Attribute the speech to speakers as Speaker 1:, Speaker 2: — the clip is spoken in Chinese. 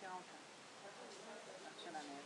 Speaker 1: 标准，知道没有？